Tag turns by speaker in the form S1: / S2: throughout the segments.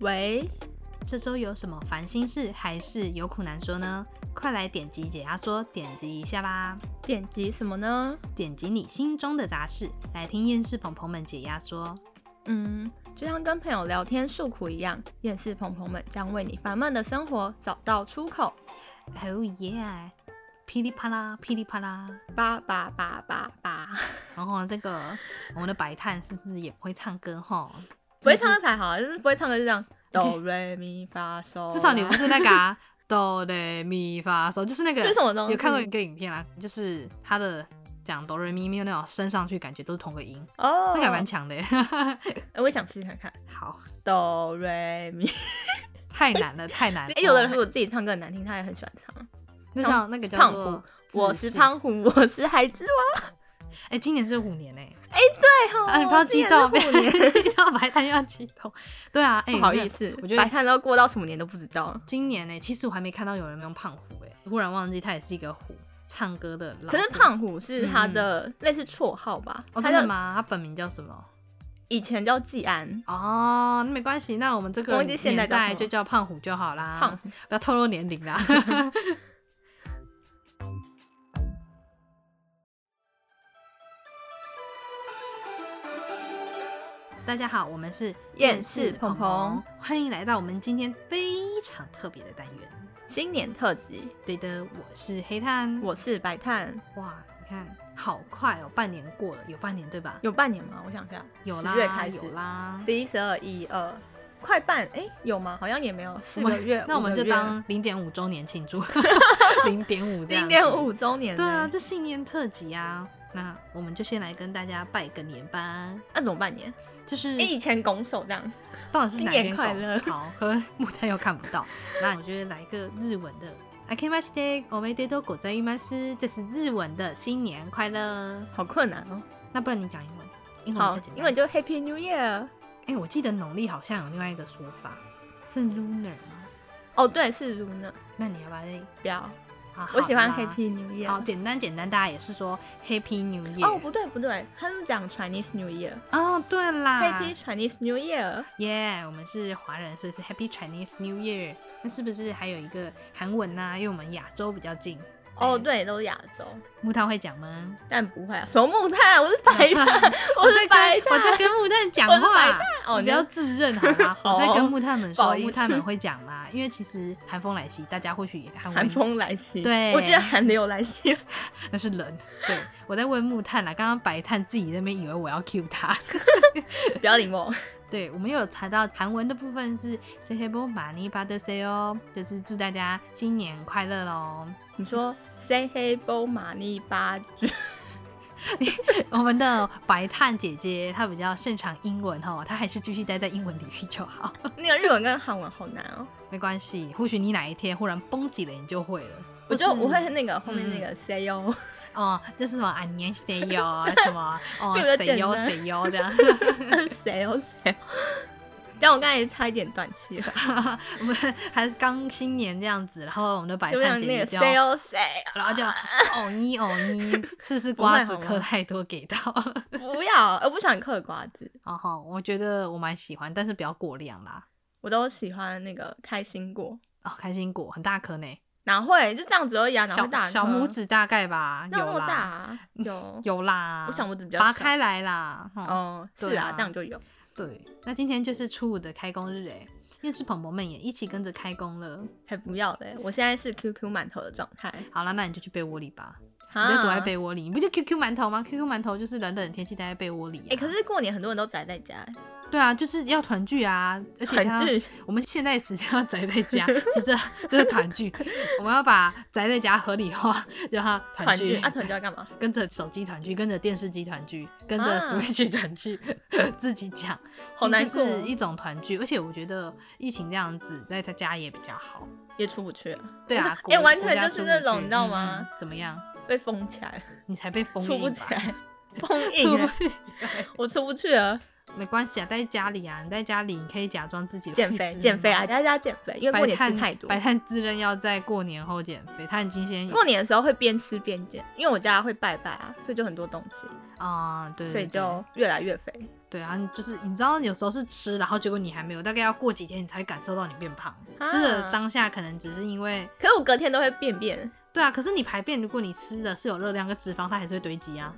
S1: 喂，这周有什么烦心事还是有苦难说呢？快来点击解压缩，点击一下吧！
S2: 点击什么呢？
S1: 点击你心中的杂事，来听厌世朋朋们解压缩。
S2: 嗯，就像跟朋友聊天诉苦一样，厌世朋朋们将为你烦闷的生活找到出口。
S1: Oh yeah！噼里啪啦，噼里啪啦。
S2: 叭叭叭叭 叭，
S1: 然后这个我们的白炭是不是也不会唱歌吼？
S2: 不会唱歌啊才好，就是不会唱歌就这 样。哆瑞咪发嗦。
S1: 至少你不是那个啊 哆来咪发嗦，就是那 个
S2: 这是什么东西
S1: 有看过一个影片啊，就是他的讲哆瑞咪咪那种升上去，感觉都是同个音，
S2: 哦，
S1: 那个还蛮强的 耶。
S2: 哎我也想试试看看。
S1: 好，
S2: 哆瑞 咪。
S1: 太难了，太难 了。哦
S2: 哎，有的人如果自己唱歌很难听，他也很喜欢唱。
S1: 那叫那个叫
S2: 胖
S1: 做
S2: 虎我
S1: 自
S2: 是
S1: 信，
S2: 胖虎，我是孩子王。
S1: 哎，今年是虎年哎，
S2: 对吼，
S1: 啊，你不要激动，不
S2: 哦今年
S1: 要
S2: 是虎年
S1: 激动，白炭要激动。对啊， 哎，
S2: 不好
S1: 那
S2: 意思，
S1: 我觉得
S2: 白炭都过到什么年都不知道。
S1: 今年呢，其实我还没看到有人用胖虎哎，忽然忘记他也是一个虎，唱歌的老虎。
S2: 可是胖虎是他的类似绰号吧？
S1: 哦，
S2: 他
S1: 真
S2: 叫
S1: 的吗？他本名叫什么？
S2: 以前叫季安，
S1: 哦，那没关系，那我们这
S2: 我
S1: 个
S2: 忘记现在
S1: 年
S2: 叫什么
S1: 代就叫胖虎就好啦，
S2: 胖虎
S1: 不要透露年龄啦。 大家好，我们是
S2: 厌世鹏鹏，
S1: 欢迎来到我们今天非常特别的单元。
S2: 新年特辑，
S1: 对的，我是黑炭。
S2: 我是白炭，
S1: 哇，你看好快哦，半年过了，有半年对吧？
S2: 有半年吗？我想一下，
S1: 有啦，
S2: 十月开始，
S1: 有啦。
S2: 十一、十二、一二，快半，哎、有吗？好像也没有，四个月，
S1: 那我们
S2: 五个
S1: 就
S2: 月
S1: 当零点五周年 庆祝，零点五这
S2: 零
S1: 样子
S2: 点。五周年、
S1: 对啊，
S2: 哎，
S1: 这新年特辑啊，那我们就先来跟大家拜个年吧。
S2: 那、怎么办年？
S1: 就是
S2: 哎、以前拱手这样，
S1: 到底是哪
S2: 新
S1: 边
S2: 年快乐
S1: 搞好，和木炭又看不到。 那我觉得来个日文的。あけましておめでとうございます。这是日文的新年快乐。
S2: 好困难哦。
S1: 那不然你讲英文，英文
S2: 好
S1: 比较简，单。
S2: 因为就 Happy New Year。
S1: 哎、我记得农历好像有另外一个说法是 lunar 吗？
S2: 哦，对，是 Luna，
S1: 那你要不要再
S2: 不要，
S1: 啊？
S2: 我喜欢
S1: 好啦
S2: Happy New Year。
S1: 好，简单简单，大家也是说 Happy New Year。
S2: 哦，不对不对，他们讲 Chinese New Year。
S1: 哦对啦
S2: Happy Chinese New Year！
S1: 耶我们是华人，所以是 Happy Chinese New Year。那是不是还有一个韩文呢、因为我们亚洲比较近。
S2: 哦，，对，都是亚洲，
S1: 木炭会讲吗？
S2: 但不会啊，什么木炭啊？我是白炭，我
S1: 在
S2: 是白
S1: 跟
S2: 炭，
S1: 我在跟木炭讲
S2: 我是白
S1: 话
S2: 炭。哦，
S1: 你
S2: 你
S1: 不要自认好 吗？
S2: 好
S1: 我在跟木炭们
S2: 不
S1: 说，
S2: 好意思
S1: 木炭们会讲吗？因为其实寒风来袭，大家或许也韩文
S2: 寒风来袭，
S1: 对
S2: 我觉得寒流来袭，
S1: 那是人。对，我在问木炭啦。啊刚刚白炭自己那边以为我要 cue 他。
S2: 不要理 我。
S1: 对，我们有查到韩文的部分是 s e h e b o m a n i p a d s e 哦，就是祝大家新年快乐喽。
S2: 你说 Say Hey Bo 马尼巴居，
S1: 我们的白炭姐姐她比较擅长英文哈，她还是继续待在英文领域就好，
S2: 那个日文跟韩文好难哦。
S1: 没关系。或许你哪一天忽然绷紧了，你就会了。
S2: 我就
S1: 或是嗯
S2: 我会那个后面那个 Say oh， Yo，
S1: 哦，就是什么安年谁哟， 什么哦
S2: 这个
S1: 谁哟
S2: 简单
S1: 谁哟这样。
S2: Say Yo Say Yo，但我刚才差一点断气 了，
S1: 我们还是刚新年这样子，然后我们的白
S2: 就
S1: 炭
S2: 像
S1: 姐
S2: 那个
S1: 姐
S2: 哦
S1: 就
S2: Say Yo Say，Yo，
S1: 然后就哦你哦你，是不是瓜子
S2: 不会好
S1: 嗑
S2: 吗
S1: 太多给到了？
S2: oh 不要，我不想嗑瓜子，
S1: 哦吼，我觉得我蛮喜欢，但是不要过量啦。
S2: 我都喜欢那个开心果。
S1: 哦，开心果很大颗呢，
S2: 哪会就这样子而已啊？哪
S1: 小
S2: 会大
S1: 小
S2: 颗
S1: 拇指大概吧，
S2: 哪有那
S1: 有
S2: 么大、
S1: 啦，
S2: 啊？有
S1: 有啦。
S2: 我小拇指比较
S1: 拔
S2: 小
S1: 开来啦。哦，
S2: 哦，
S1: 对
S2: 是
S1: 啊
S2: 啊，这样就有。
S1: 对，那今天就是初五的开工日哎，电视朋友们也一起跟着开工了。
S2: 才不要嘞！我现在是 QQ 馒头的状态，
S1: 好啦，那你就去被窝里吧，你
S2: 啊
S1: 就躲在被窝里，你不就 QQ 馒头吗？QQ 馒头就是冷冷的天气待在被窝里、啊。
S2: 哎、可是过年很多人都宅在家、欸，
S1: 对啊，就是要团聚啊，而且他
S2: 很剧
S1: 我们现在时间要宅在家，是这这是 团聚，我们要把宅在家合理化，叫它
S2: 团
S1: 团
S2: 聚
S1: 聚
S2: 啊，团聚要干嘛？
S1: 跟着手机团聚，跟着电视机团聚，跟着
S2: 啊
S1: Switch 团聚， 自己讲，
S2: 好难过哦
S1: 就是一种团聚。而且我觉得疫情这样子，在他家也比较好。
S2: 也出不去啊，
S1: 对啊，
S2: 哎
S1: 国
S2: 完全
S1: 国家
S2: 就是
S1: 出不
S2: 那种
S1: 去
S2: 你知道吗
S1: 嗯怎么样？
S2: 被封起来，
S1: 你才被封
S2: 出
S1: 印
S2: 不
S1: 吧
S2: 起来，封
S1: 出
S2: 印、欸，
S1: 不
S2: 我出不去了。
S1: 没关系啊，待在家里啊，你在家里你可以假装自己
S2: 减肥减肥啊，
S1: 啊，
S2: 大家减肥，因为过
S1: 白
S2: 年吃
S1: 炭
S2: 太多。
S1: 白炭自认要在过年后减肥，他已经先有
S2: 过年的时候会边吃边减，因为我家会拜拜啊，所以就很多东西，
S1: 啊、对对
S2: 所以
S1: 对
S2: 就越来越肥。
S1: 对啊，你就是你知道有时候是吃，然后结果你还没有，大概要过几天你才感受到你变胖。
S2: 啊
S1: 吃了当下可能只是因为
S2: 可是我隔天都会便便，
S1: 对啊，可是你排便，如果你吃的是有热量跟脂肪，它还是会堆积啊。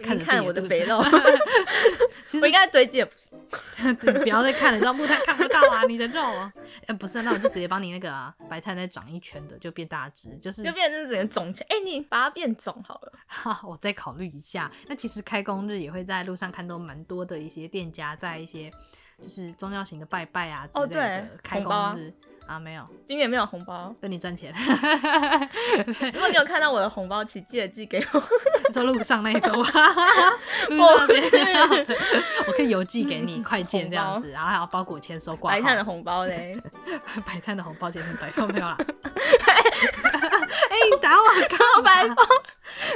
S1: 看
S2: 你
S1: 着
S2: 看
S1: 自己
S2: 我的
S1: 的肚
S2: 肥
S1: 子
S2: 肉，
S1: 其
S2: 我
S1: 实
S2: 应该堆积也不是。
S1: 对你不要再看了，照木炭看不到啊，你的肉啊。哎、不是，那我就直接帮你那个、啊、白炭再长一圈的，就变大只，就是
S2: 就变成整个肿起来。哎、你把它变肿好了。
S1: 哈， 我再考虑一下。那其实开工日也会在路上看到蛮多的一些店家在一些就是宗教型的拜拜啊之
S2: 哦
S1: 类的、
S2: 对
S1: 开
S2: 红包啊
S1: 工日啊，没有
S2: 今年没有红包，
S1: 跟你赚钱。
S2: 如果你有看到我的红包，请记得寄给我。
S1: 走路上那一周，路上边，
S2: 哦是
S1: 我可以邮寄给你
S2: 嗯
S1: 快件这样子，然后还要包裹签收挂
S2: 白
S1: 号
S2: 看的红包 嘞，
S1: 白炭的红包钱是白放没有啊啦。 哎、你打我
S2: 好
S1: 干
S2: 白
S1: 嘛？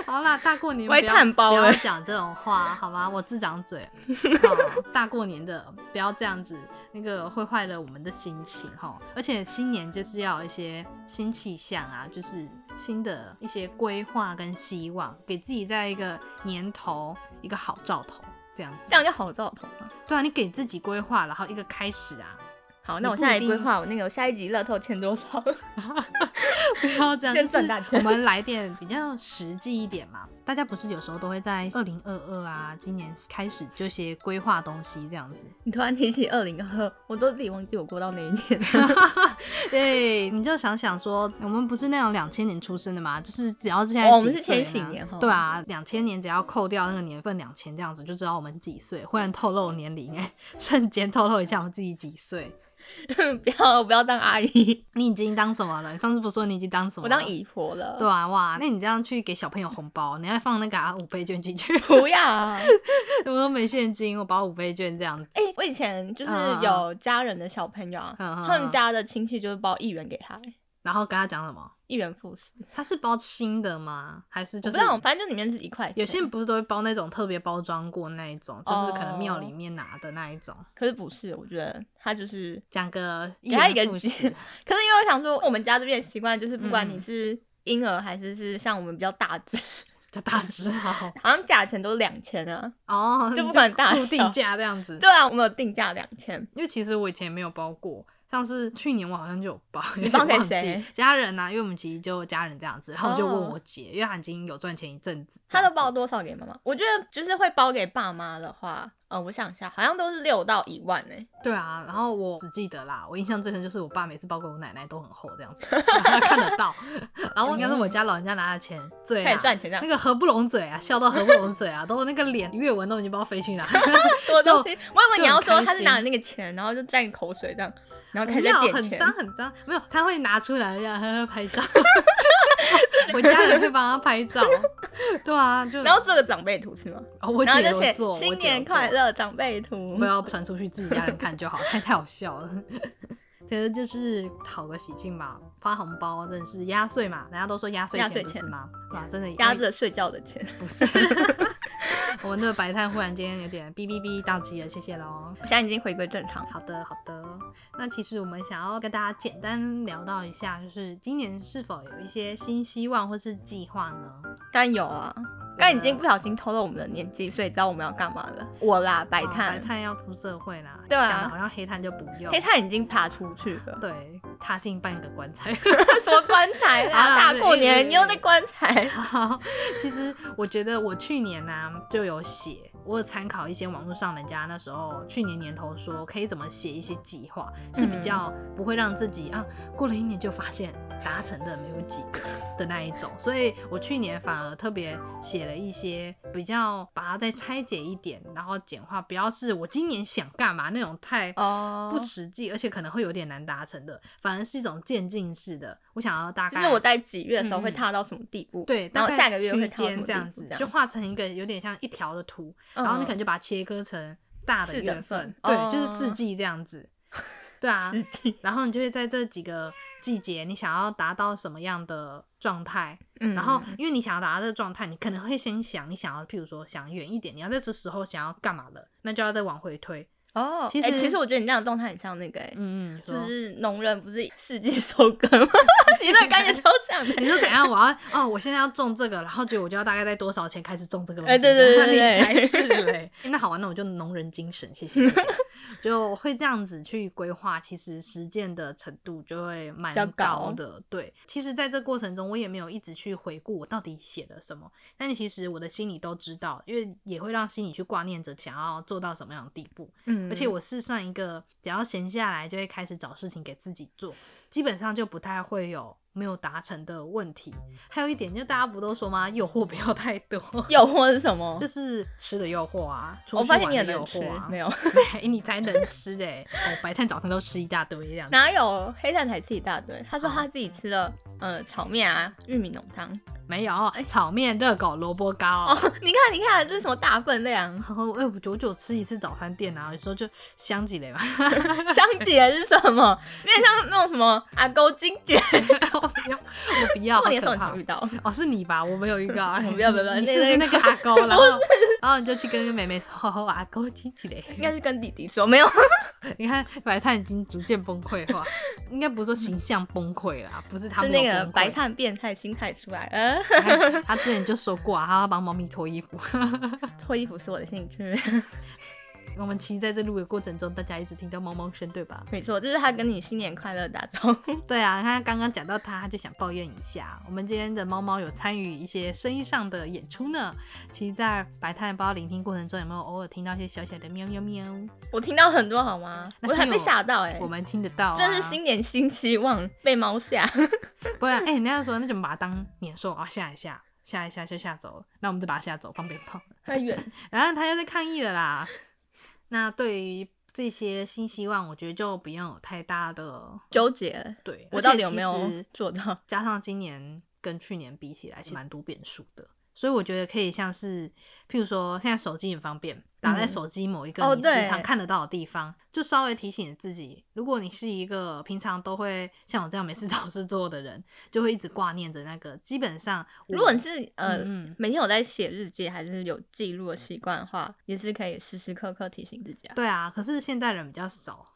S1: 好啦，大过年不
S2: 我还
S1: 要
S2: 炭包
S1: 不要
S2: 欸
S1: 讲这种话，好吧？我自长嘴。 好大过年的不要这样子，那个会坏了我们的心情哈。而且新年就是要有一些新气象啊，就是新的一些规划跟希望，给自己在一个年头一个好兆头。这样
S2: 这
S1: 子，
S2: 样就好兆头嘛。
S1: 对啊，你给自己规划，然后一个开始啊，
S2: 好，
S1: 你
S2: 那我
S1: 不
S2: 现在
S1: 一定
S2: 规划我那个下一集乐透欠多少？
S1: 不要这样，
S2: 先赚大
S1: 就是
S2: 钱
S1: 我们来点比较实际一点嘛。大家不是有时候都会在二零二二啊，今年开始就些规划东西这样子。
S2: 你突然提起二零二，我都自己忘记我过到哪一年了。
S1: 对，你就想想说，我们不是那种两千年出生的嘛，就是只要现在、
S2: 哦我们是千禧年
S1: 哈
S2: 哈。
S1: 对啊，两千年只要扣掉那个年份两千这样子，就知道我们几岁。忽然透露年龄，哎，瞬间透露一下我们自己几岁。
S2: 不要不要当阿姨，
S1: 你已经当什么了？你上次不是说你已经当什么
S2: 我
S1: 了？
S2: 当姨婆了。
S1: 对啊，哇，那你这样去给小朋友红包，你要放那个啊五倍券进去。
S2: 不要 啊！
S1: 我都没现金，我包五倍券这样子。
S2: 哎、我以前就是
S1: 嗯嗯
S2: 有家人的小朋友啊，
S1: 嗯嗯
S2: 他们
S1: 嗯
S2: 家的亲戚就是包一元给他、
S1: 然后跟他讲什么？
S2: 一元复始。
S1: 他是包新的吗？还是
S2: 我
S1: 就
S2: 不
S1: 是
S2: 知道，反正就里面是一块钱，
S1: 有些人不是都会包那种特别包装过那一种，就
S2: 哦
S1: 是可能庙里面拿的那一种。
S2: 可是不是，我觉得他就是，
S1: 讲个一
S2: 给他一个
S1: 元复
S2: 可
S1: 始
S2: 是因为我想说，我们家这边的习惯就是，不管
S1: 嗯
S2: 你是婴儿还是是像我们比较大只，
S1: 就大只好
S2: 好像价钱都两千啊。
S1: 哦，
S2: 就不管大小
S1: 固定价这样子。
S2: 对啊，我们有定价两千，
S1: 因为其实我以前也没有包过，像是去年我好像就有包，有
S2: 你
S1: 点
S2: 包给
S1: 忘记
S2: 谁？
S1: 家人啊呐、因为我们其实就家人这样子，然后我就问
S2: 哦
S1: 我姐，因为她已经有赚钱一阵子，
S2: 他都包多少给妈妈？我觉得就是会包给爸妈的话，呃，我想一下，好像都是六到一万欸呢、
S1: 对啊，然后我只记得啦，我印象最深就是我爸每次包给我奶奶都很厚这样子， 他看得到。 然后应该是我家老人家拿的钱，对
S2: 开
S1: 啊
S2: 始，赚钱这样
S1: 那。个合不拢嘴啊，笑到合不拢嘴啊，都那个脸阅文都已经不知道飞去哪。
S2: 什么东
S1: 就
S2: 西？我以为你要
S1: 就
S2: 说
S1: 很
S2: 他
S1: 开
S2: 是
S1: 心
S2: 拿了那个钱，然后就蘸口水这样，然后 开
S1: 不
S2: 始在
S1: 要，
S2: 点
S1: 很
S2: 钱。
S1: 脏很脏，没有，他会拿出来这样呵呵拍照。 我家人会帮他拍照，对啊，就
S2: 然后做个长辈图是吗？
S1: 哦我
S2: 然后
S1: 姐
S2: 就写
S1: 有做，我
S2: 新
S1: 姐有
S2: 年
S1: 做
S2: 快乐长辈图
S1: 不。要传出去自己家人看就好， 太太好笑了。 其实就是讨个喜庆嘛，发红包真的是压岁嘛，人家都说压岁
S2: 压
S1: 钱
S2: 岁
S1: 不是
S2: 钱
S1: 吗？哇，真的
S2: 压着睡觉的钱，
S1: 不是。 我们的白炭忽然间有点哔哔哔宕机了，谢谢喽。
S2: 我现在已经回归正常。
S1: 好的，好的。那其实我们想要跟大家简单聊到一下，就是今年是否有一些新希望或是计划呢？
S2: 当然有啊，刚才已经不小心透露我们的年纪，所以知道我们要干嘛了。我啦，白
S1: 啊
S2: 炭
S1: 白，炭要出社会啦，
S2: 对啊
S1: 讲的好像黑炭就不用，，
S2: 黑炭已经爬出去了
S1: 对，踏进半个棺材。
S2: 什么棺材
S1: 好啦
S2: 啦，大过
S1: 啊对
S2: 年你又
S1: 对
S2: 在棺 材。
S1: 好，其实我觉得我去年呢、就有写，我有参考一些网络上人家那时候去年年头说可以怎么写一些计划，是比
S2: 嗯
S1: 较不会让自己啊过了一年就发现达成的没有几个的那一种，所以我去年反而特别写了一些比较把它再拆解一点，然后简化，不要是我今年想干嘛那种太
S2: 哦
S1: 不实际，而且可能会有点难达成的，反而是一种渐进式的。我想要大
S2: 就
S1: 概
S2: 是我在几月的时候会
S1: 嗯嗯
S2: 踏到什么地步，
S1: 对，
S2: 然后
S1: 大概
S2: 下个月
S1: 区
S2: 会踏到什
S1: 间
S2: 么
S1: 这
S2: 地
S1: 样
S2: 步
S1: 子，
S2: 这样
S1: 就画成一个有点像一条的图，
S2: 嗯
S1: 然后你可能就把它切割成大的
S2: 是
S1: 月
S2: 的
S1: 份，
S2: 嗯
S1: 对，就是
S2: 哦
S1: 四季这 样子，对啊，
S2: 实际
S1: 然后你就会在这几个季节，你想要达到什么样的状态，
S2: 嗯
S1: 然后因为你想要达到这个状态，你可能会先想你想要，譬如说想远一点，你要在这时候想要干嘛了，那就要再往回推。
S2: 哦，
S1: 其
S2: 欸
S1: 实
S2: 其实我觉得你这样的动态很像那个、欸，
S1: 嗯嗯，
S2: 就
S1: 说
S2: 是农人不是世纪收割 吗？你那个概念超像的。
S1: 你说怎样？我要哦，我现在要种这个，然后结果我就要大概在多少钱开始种这个东西？
S2: 哎对对对对
S1: 你才是嘞、 那好玩，那我就农人精神，谢谢。谢谢就会这样子去规划，其实实践的程度就会蛮
S2: 比较高
S1: 高的。对，其实在这过程中，我也没有一直去回顾我到底写了什么，但其实我的心里都知道，因为也会让心里去挂念着想要做到什么样的地步。
S2: 嗯
S1: 而且我是算一个只要闲下来就会开始找事情给自己做，基本上就不太会有没有达成的问题。还有一点，就大家不都说吗？诱惑不要太多，
S2: 诱惑是什么
S1: 就？是吃的诱惑啊，出
S2: 我
S1: 去
S2: 发现
S1: 玩
S2: 你也
S1: 的
S2: 能
S1: 诱
S2: 吃
S1: 惑啊，，
S2: 没 有？
S1: 哎你才能吃哎、哦，白天早餐都吃一大堆这样子。
S2: 哪有黑蛋才吃一大堆？他说
S1: 哦
S2: 他自己吃了，呃，炒面啊，玉米浓 汤。
S1: 没有炒面、热狗、萝卜糕
S2: 哦。，你看，你看，这是什么大分啊 量？
S1: 然后，哎、我久久吃一次早餐店啊，有时候就香几 雷吧。
S2: 香姐是什么？有点像那种什 么阿勾金姐。
S1: 我不要，我不要，
S2: 过年的时
S1: 好
S2: 候
S1: 可
S2: 你
S1: 怕
S2: 常遇到，
S1: 哦，是你吧？我没有预 告，
S2: 我没有没有没有
S1: 你
S2: 那
S1: 试试那
S2: 那
S1: 个 阿勾，然后然后你就去跟妹妹说，哦、阿勾亲起嘞。
S2: 应该是跟弟弟说没有。
S1: 你看白炭已经逐渐崩溃 化，应该不是说形象崩溃啦，不是他
S2: 是
S1: 们
S2: 那个白炭变态心态出来，呃，
S1: 炭。他之前就说过啊，他要帮猫咪脱衣服。
S2: 脱衣服是我的兴趣，
S1: 我们其实在这录的过程中，大家一直听到猫猫声，对吧？
S2: 没错，就是他跟你新年快乐打招呼，
S1: 对啊，他刚刚讲到他，他就想抱怨一下。我们今天的猫猫有参与一些声音上的演出呢。其实，在白炭包聆听过程中，有没有偶尔听到一些小小的喵喵喵？
S2: 我听到很多好吗？
S1: 那
S2: 我还
S1: 是
S2: 被
S1: 我
S2: 吓到哎、
S1: 我们听得到、啊，
S2: 真是新年新希望，被猫 吓，
S1: 不然，哎、人家说那就把它当年兽啊吓一吓，吓一吓就吓走了，那我们就把它吓走，放鞭炮。
S2: 太远，
S1: 然后他又在抗议了啦。 那对于这些新希望，我觉得就不用有太大的
S2: 纠结，
S1: 对，
S2: 我
S1: 而
S2: 到
S1: 且
S2: 底有
S1: 其
S2: 没有
S1: 实
S2: 做到？
S1: 加上今年跟去年比起来，其实蛮多变数的。所以我觉得可以像是，譬如说现在手机很方便，打在
S2: 嗯
S1: 手机某一
S2: 哦
S1: 个你
S2: 对
S1: 时常看得到的地方，就稍微提醒自己，如果你是一个平常都会像我这样没事找事做的人，就会一直挂念着那个。基本上我，
S2: 如果你是呃、
S1: 嗯嗯
S2: 每天有在写日记，还是有记录的习惯的话，也是可以时时刻刻提醒自己啊。
S1: 对啊，可是现代人比较少，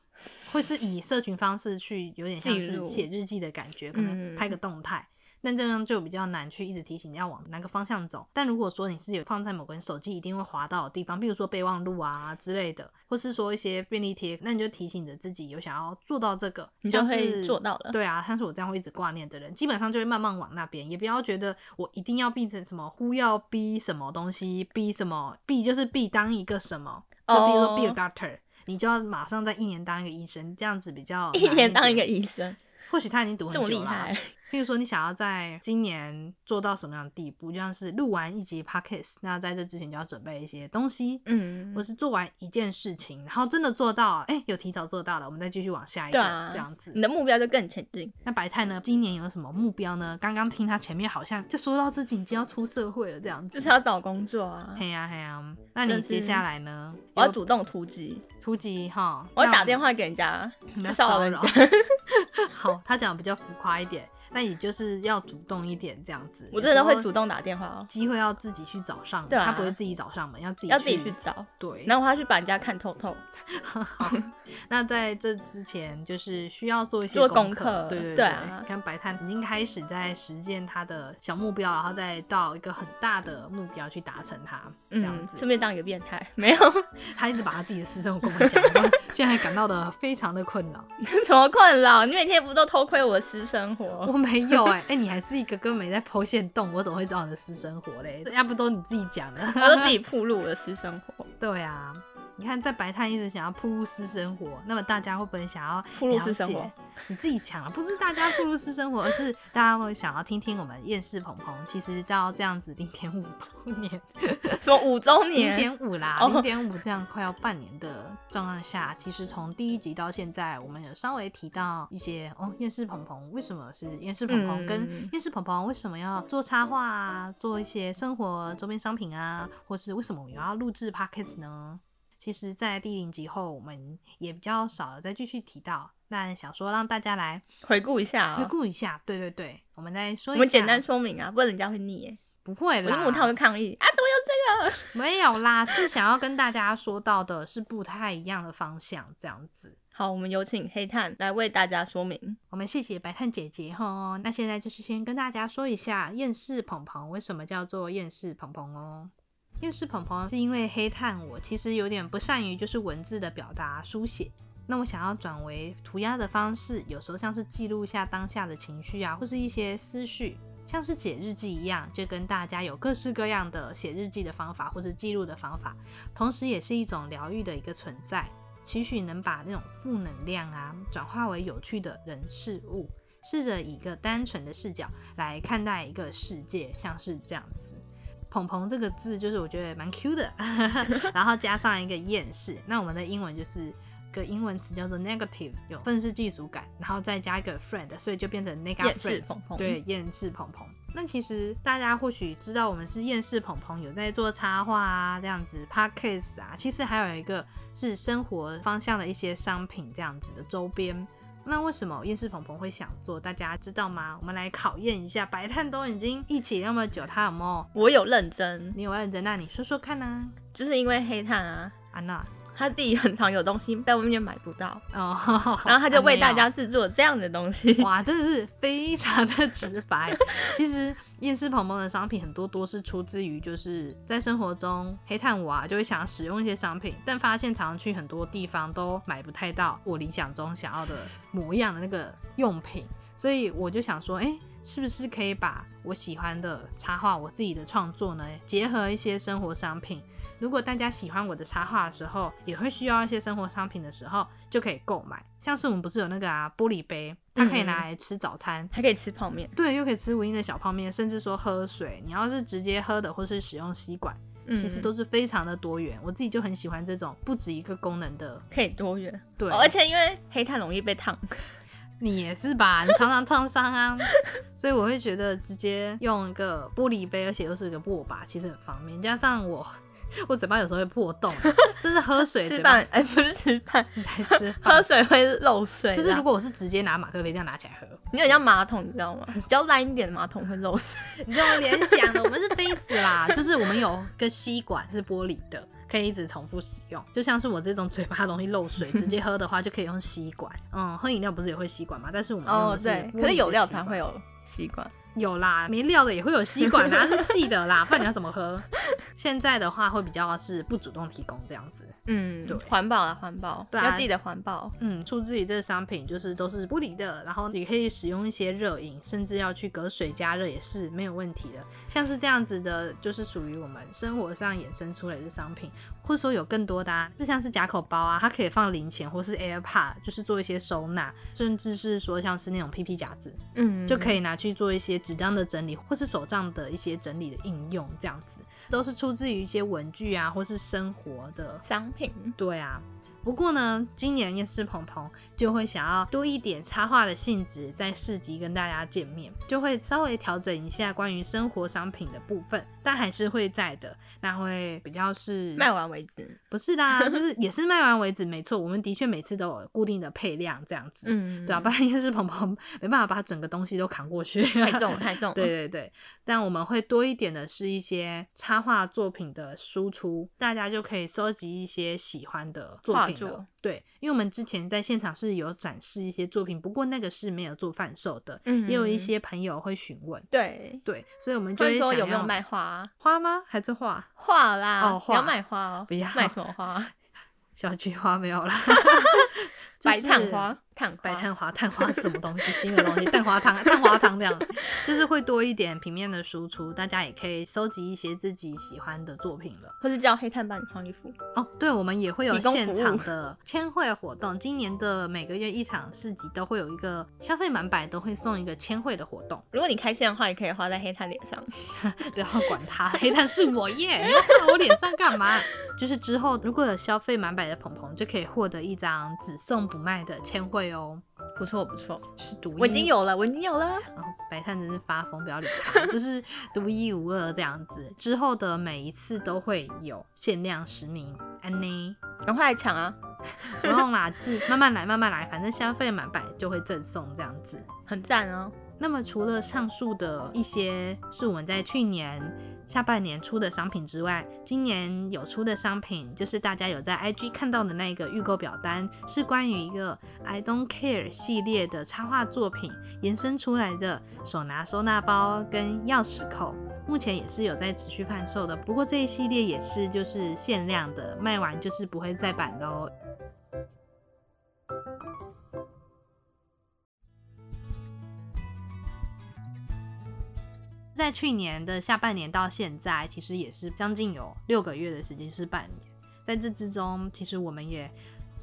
S1: 会是以社群方式去，有点像
S2: 记
S1: 是
S2: 录
S1: 写日记的感觉，可能
S2: 嗯
S1: 拍个动态。那这样就比较难去一直提醒你要往哪个方向走。但如果说你是有放在某个人手机一定会滑到的地方，比如说备忘录啊之类的，或是说一些便利贴，那你就提醒着自己有想要做到这个，
S2: 你就
S1: 像
S2: 会
S1: 是
S2: 做到了
S1: 对啊，像是我这样会一直挂念的人，基本上就会慢慢往那边，也不要觉得我一定要逼成什么，忽要逼什么东西，逼什么，逼就是逼当一个什么，就比如说 be a
S2: 哦
S1: doctor，你就要马上在一年当一个医生，这样子比较
S2: 一
S1: 难
S2: 年当一个
S1: 点。
S2: 医生，
S1: 或许他已经读
S2: 这
S1: 很
S2: 么
S1: 久
S2: 厉
S1: 了啊
S2: 害。，
S1: 譬如说，你想要在今年做到什么样的地步，就像是录完一集 podcast，那在这之前就要准备一些东西，
S2: 嗯
S1: 或，是做完一件事情，然后真的做到，哎、有提早做到了，我们再继续往下一个、
S2: 对啊
S1: 这样子
S2: 你。的目标就更前进。
S1: 那白菜呢？今年有什么目标呢？刚刚听他前面好像就说到自己已经要出社会了这样
S2: 就
S1: 子
S2: 是。要找工作啊！
S1: 嘿呀嘿呀，那你
S2: 真是
S1: 接下来呢？
S2: 我要
S1: 有
S2: 主动突击，
S1: 突击哈，
S2: 我要
S1: 那
S2: 打电话给人家
S1: 你
S2: 去
S1: 们
S2: 骚
S1: 骚
S2: 扰人
S1: 扰
S2: 家，。
S1: 好，他讲得比较浮夸一点，那你就是要主动一点这样子。
S2: 我真的会主
S1: 有时
S2: 动打电话哦
S1: 候，机会要自己去找上门，
S2: 对啊
S1: 他不会自己找上门，要自己
S2: 要自己去找，
S1: 对。
S2: 然后我要去把人家看透透，
S1: 那在这之前，就是需要做一些
S2: 做
S1: 功
S2: 功课
S1: 对对
S2: 对啊
S1: 看白炭已经开始在实践他的小目标，然后再到一个很大的目标去达成它，这样
S2: 嗯，
S1: 子。
S2: 顺便当一个变态，没有
S1: 他一直把他自己的私生活跟我们讲，我现在感到的非常的困扰。
S2: 什么困扰。你每天不都偷窥我的私生
S1: 我
S2: 活？
S1: 没有 哎、哎、你还是一个根本没在剖线洞，我怎么会知道你的私生活嘞？要不都你自己讲的。
S2: 我都自己铺露我的私生活，
S1: 对啊，你看在白炭一直想要铺入私生活，那么大家会不会想要
S2: 铺入私生活
S1: 了解？你自己讲啊了，不是大家铺入私生活，而是大家会想要听听我们厌世鹏鹏，其实到这样子零点五周年，
S2: 什么五周
S1: 零
S2: 年，
S1: 点五啦，
S2: 哦
S1: 零点五这样快要半年的状况下，其实从第一集到现在，我们有稍微提到一些哦，厌世鹏鹏为什么是厌世鹏鹏，
S2: 嗯
S1: 跟厌世鹏鹏为什么要做插画啊，做一些生活周边商品啊，或是为什么我们要录制 p o c k e t 呢？其实，在第零集后，我们也比较少再继续提到。但想说让大家来
S2: 回顾一下
S1: 回
S2: 啊、
S1: 顾一下，对对对，我们再说
S2: 我
S1: 一下，
S2: 们简单说明啊，不然人家会腻耶。
S1: 不会
S2: 我
S1: 啦
S2: 一，母他会抗议啊，怎么有这个？
S1: 没有啦，是想要跟大家说到的是不太一样的方向，这样子。
S2: 好，我们有请黑炭来为大家说明。
S1: 我们谢谢白炭姐姐吼，那现在就是先跟大家说一下厌世鹏鹏为什么叫做厌世鹏鹏哦。厌世鹏鹏是因为黑炭我其实有点不善于就是文字的表达书写，那我想要转为涂鸦的方式，有时候像是记录一下当下的情绪啊，或是一些思绪，像是写日记一样，就跟大家有各式各样的写日记的方法或是记录的方法，同时也是一种疗愈的一个存在。期许能把那种负能量啊，转化为有趣的人事物，试着以一个单纯的视角来看待一个世界，像是这样子。鹏鹏这个字就是我觉得蛮 Q 的， 然后加上一个厌世，那我们的英文就是个英文词叫做 negative，有愤世嫉俗感，然后再加一个 friend，所以就变成 nega
S2: 厌世
S1: friends，
S2: 鹏鹏
S1: 对，厌世鹏鹏。那其实大家或许知道，我们是厌世鹏鹏，有在做插画啊，这样子 podcast 啊，其实还有一个是生活方向的一些商品这样子的周边。那为什么厌世鹏鹏会想做？大家知道吗？我们来考验一下，白炭都已经一起那么久，他有没有
S2: 我有认真，
S1: 你有认真，那你说说看啊，
S2: 就是因为黑炭啊，
S1: 安娜。
S2: 他自己很常有东西在外面买不到，
S1: 哦，
S2: 然后他就为大
S1: 安娜
S2: 家制作这样的东西。
S1: 哇，真的是非常的 直白。其实厌世蓬蓬的商品很多多是出自于就是在生活中黑炭我啊就会想要使用一些商品，但发现常常去很多地方都买不太到我理想中想要的模样的那个用品，所以我就想说，哎、是不是可以把我喜欢的插画，我自己的创作呢，结合一些生活商品？如果大家喜欢我的插画的时候，也会需要一些生活商品的时候，就可以购买。像是我们不是有那个啊玻璃杯，它
S2: 嗯
S1: 可以拿来吃早 餐，
S2: 还可以吃泡面，
S1: 对，又可以吃无印的小泡面，甚至说喝水。你要是直接喝的，或是使用吸管，其实
S2: 嗯
S1: 都是非常的多元。我自己就很喜欢这种不止一个功能的。
S2: 可以多元。
S1: 对，
S2: 哦而且因为黑炭容易被烫，
S1: 你也是吧？你常常烫伤啊，所以我会觉得直接用一个玻璃杯，而且又是一个握把，其实很方便。加上我， 我嘴巴有时候会破洞啊，这是喝水
S2: 吃
S1: 嘴巴
S2: 饭哎、不是吃饭，
S1: 你才 吃
S2: 喝
S1: 饭。
S2: 水会漏水啦。
S1: 就是如果我是直接拿马克杯这样拿起来喝，
S2: 你很像马桶，你知道吗？比较烂一点的马桶会漏水。
S1: 你这种联想的，我们是杯子 啦，就是我们有个吸管是玻璃的，可以一直重复使用。就像是我这种嘴巴容易漏水，直接喝的话就可以用吸管。嗯，喝饮料不是也会吸管嘛？但是我们用
S2: 哦
S1: 的，是
S2: 对，
S1: 玻璃
S2: 可是有
S1: 的
S2: 料
S1: 吸
S2: 才
S1: 管
S2: 会有习惯。
S1: 有啦，没料的也会有吸管啦，是细的啦，不然你要怎么喝？现在的话会比较是不主动提供这样子。
S2: 嗯，
S1: 对
S2: 环保啊，环保，
S1: 对啊
S2: 要记得环保。
S1: 嗯，出自于这商品就是都是玻璃的，然后你可以使用一些热饮，甚至要去隔水加热也是没有问题的。像是这样子的，就是属于我们生活上衍生出来的商品，或者说有更多的、啊，就像是夹口包啊，它可以放零钱或是 AirPod，就是做一些收纳，甚至是说像是那种 PP 夹子，
S2: 嗯，
S1: 就可
S2: 以。
S1: 以拿去做一些纸张的整理，或是手账的一些整理的应用，这样子都是出自于一些文具啊，或是生活的。
S2: 商品，
S1: 对啊，不过呢，今年夜市鹏鹏就会想要多一点插画的性质，在市集跟大家见面，就会稍微调整一下关于生活商品的部分，但还是会在的。那会比较是
S2: 卖完为止。
S1: 不是啦，就是也是卖完为止，没错。我们的确每次都有固定的配量这样子。
S2: 嗯，
S1: 对啊，不然夜市鹏鹏 没办法把整个东西都扛过去，
S2: 太重了，太重了。
S1: 对，对对，但我们会多一点的是一些插画作品的输出，大家就可以收集一些喜欢的作
S2: 画
S1: 品了
S2: 作。
S1: 对，因为我们之前在现场是有展示一些作品，不过那个是没有做贩售的，
S2: 嗯
S1: 也有一些朋友会询问。
S2: 对，
S1: 对，所以我们就
S2: 就
S1: 会
S2: 是说
S1: 想
S2: 有没有
S1: 要
S2: 卖花啊？
S1: 花吗？还是画
S2: 画啦，
S1: 哦
S2: 你
S1: 画
S2: 要卖花哦，
S1: 不要
S2: 卖什么 花？，
S1: 小菊花没有啦
S2: 白炭花，炭花，
S1: 白炭花、炭花是什么东西？新的东西，蛋花汤、蛋花汤这样，就是会多一点平面的输出，大家也可以收集一些自己喜欢的作品了。
S2: 或是叫黑炭帮你换衣服。
S1: 哦，对，我们也会有
S2: 提供服
S1: 现
S2: 务
S1: 场的签绘活动。今年的每个月一场市集都会有一个消费满百都会送一个签绘的活动，
S2: 如果你开线的话，也可以花在黑炭脸上。
S1: 不要管 它，黑炭是我耶，你要放我脸上干嘛？就是之后如果有消费满百的鹏鹏，就可以获得一张只送不卖的签绘哦，
S2: 不错不错，
S1: 是独一。
S2: 我已经有了，我已经有了。
S1: 然后白炭真是发疯，不要理他，就是独一无二这样子。之后的每一次都会有限量十名，安妮。
S2: 赶快来抢啊！
S1: 不用啦，就是慢慢来，慢慢来，反正消费满百就会赠送这样子。
S2: 很赞哦。
S1: 那么除了上述的一些是我们在去年下半年出的商品之外，今年有出的商品就是大家有在 IG 看到的那个预购表单，是关于一个 I Don't Care 系列的插画作品延伸出来的手拿收纳包跟钥匙扣。目前也是有在持续贩售的，不过这一系列也是就是限量的，卖完就是不会再版哦喽。在去年的下半年到现在，其实也是将近有六个月的时间，是半年。在这之中，其实我们也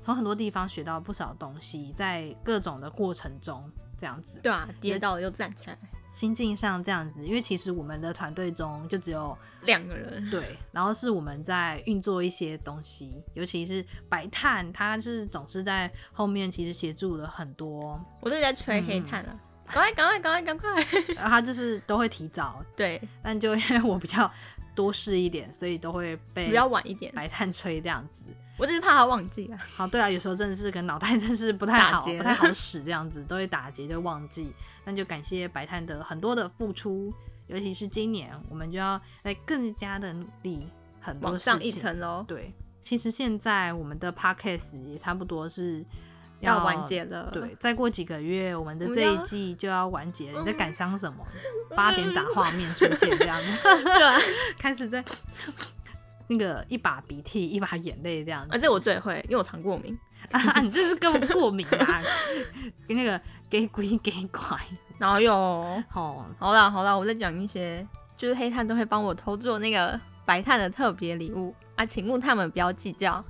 S1: 从很多地方学到不少东西，在各种的过程中，这样子
S2: 对啊，跌倒了又站起来，
S1: 心境上这样子，因为其实我们的团队中就只有
S2: 两个人。
S1: 对，然后是我们在运作一些东西，尤其是白炭，它是总是在后面，其实协助了很多，
S2: 我这里在吹黑
S1: 嗯
S2: 炭了，赶快赶快赶快赶快！
S1: 然后它就是都会提早，
S2: 对，
S1: 但就因为我比较多事一点，所以都会被
S2: 比较晚一点，
S1: 白炭吹这样子。
S2: 我只是怕他忘记啊。
S1: 好，对啊，有时候真的是可能脑袋 真是不太好，
S2: 打结
S1: 不太好使这样子，都会打结就忘记。那就感谢白炭的很多的付出，尤其是今年，我们就要来更加的努力，很多
S2: 往
S1: 事情。
S2: 上一层 楼，
S1: 对，其实现在我们的 podcast 也差不多是
S2: 要完。结了。
S1: 对，，再过几个月，我们的
S2: 我们
S1: 这一
S2: 要
S1: 季就要完结了。你在
S2: 嗯
S1: 感伤什么？八点打画面出现这样子，
S2: 对啊，
S1: 开始在 那个一把鼻涕一把眼泪这样子
S2: 而。且我最会，因为我常过敏，
S1: 啊， 你这是跟我过敏吧？ 跟那个给鬼给拐，
S2: 哪有？
S1: 哦，
S2: 好啦好啦，我再讲一些，就是黑炭都会帮我偷做那个白炭的特别礼物啊，请勿他们不要计较。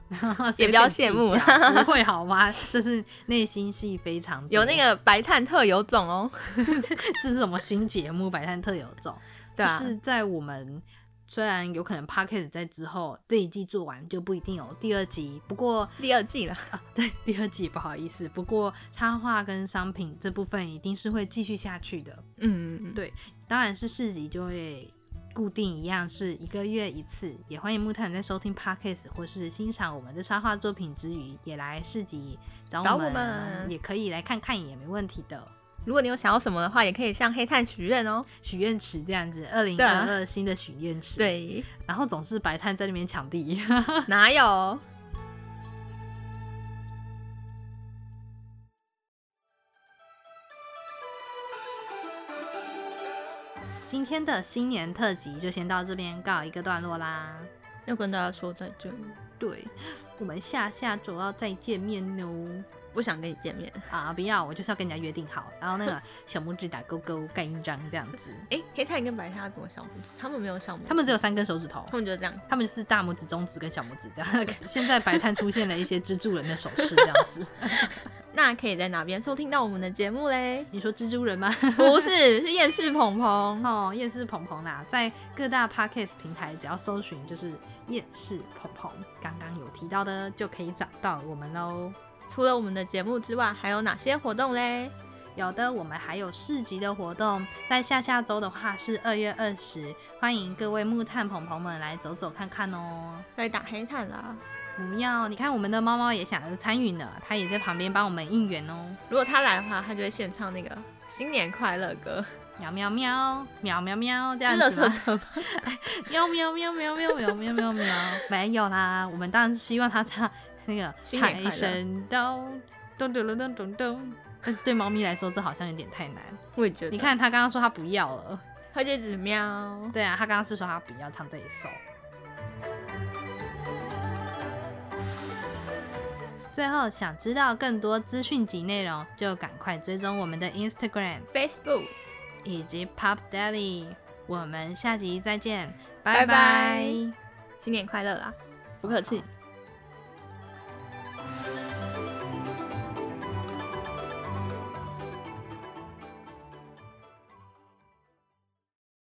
S1: 也
S2: 也不要羡慕
S1: 不会好吗？这是内心戏非常多
S2: 有那个白炭特有种哦，
S1: 这是什么新节目《百探特有种》，
S2: 对啊，
S1: 就是在我们虽然有可能 p o d c a s t 在之后这一季做完就不一定有第二集，不过
S2: 第二季了，
S1: 对第二季不好意思，不过插画跟商品这部分一定是会继续下去的。
S2: 嗯，嗯嗯
S1: 对，当然是市集就会固定一样是一个月一次，也欢迎木炭在收听 podcast 或是欣赏我们的插画作品之余，也来市集找
S2: 找
S1: 我
S2: 我
S1: 们，
S2: 们
S1: 也可以来看看也没问题的。
S2: 如果你有想要什么的话，也可以向黑炭许愿哦。
S1: 许愿池这样子，二零
S2: 对
S1: 二
S2: 啊
S1: 二新的许愿池，，
S2: 对，
S1: 然后总是白炭在那边抢第一。
S2: 哪有？
S1: 今天的新年特辑就先到这边告一个段落啦。
S2: 要跟大家说再见，
S1: 对，我们下下周要再见面喽。
S2: 不想跟你见面。
S1: 啊，不要，我就是要跟人家约定好，然后那个小拇指打勾勾盖印章这样子。
S2: 哎、黑炭跟白炭怎么小拇指？他们没有小拇指，
S1: 他们只有三根手指头
S2: 他，们就这样。
S1: 他们就是大拇指、中指跟小拇指这样。 现在白炭出现了一些蜘蛛人的手势这样子，？
S2: 那可以在哪边收听到我们的节目嘞
S1: 你说蜘蛛人吗？
S2: 不是，是夜市鹏鹏。
S1: 哦，夜市鹏鹏啦，在各大 podcast 平台只要搜寻就是夜市鹏鹏，刚刚有提到的就可以找到我们喽。
S2: 除了我们的节目之外，还有哪些活动嘞？
S1: 有的，我们还有市集的活动，在下下周的话是二月二十，欢迎各位木炭鹏鹏们来走走看看哦。
S2: 来打黑炭啦！
S1: 不要，你看我们的猫猫也想要参与呢，它也在旁边帮我们应援哦。
S2: 如果他来的话，他就会献唱那个新年快乐歌，
S1: 喵喵喵，喵喵喵，这样
S2: 是 乐
S1: 子
S2: 色
S1: 吗？
S2: 车吧？
S1: 喵喵喵喵喵喵喵喵喵，没有啦，我们当然是希望它唱那个
S2: 新年快
S1: 财
S2: 乐
S1: 神到，咚咚咚咚咚咚。但对猫咪来说，这好像有点太难。
S2: 我也觉得。
S1: 你，看，它刚刚说它不要了，
S2: 他就一直喵。
S1: 对啊，它刚刚是说它不要唱这一首。最后，想知道更多资讯及内容，就赶快追踪我们的 Instagram。
S2: Facebook，
S1: 以及 Pop Daddy。我们下集再见，
S2: 拜
S1: 拜拜
S2: 拜新年快乐啦！不客气。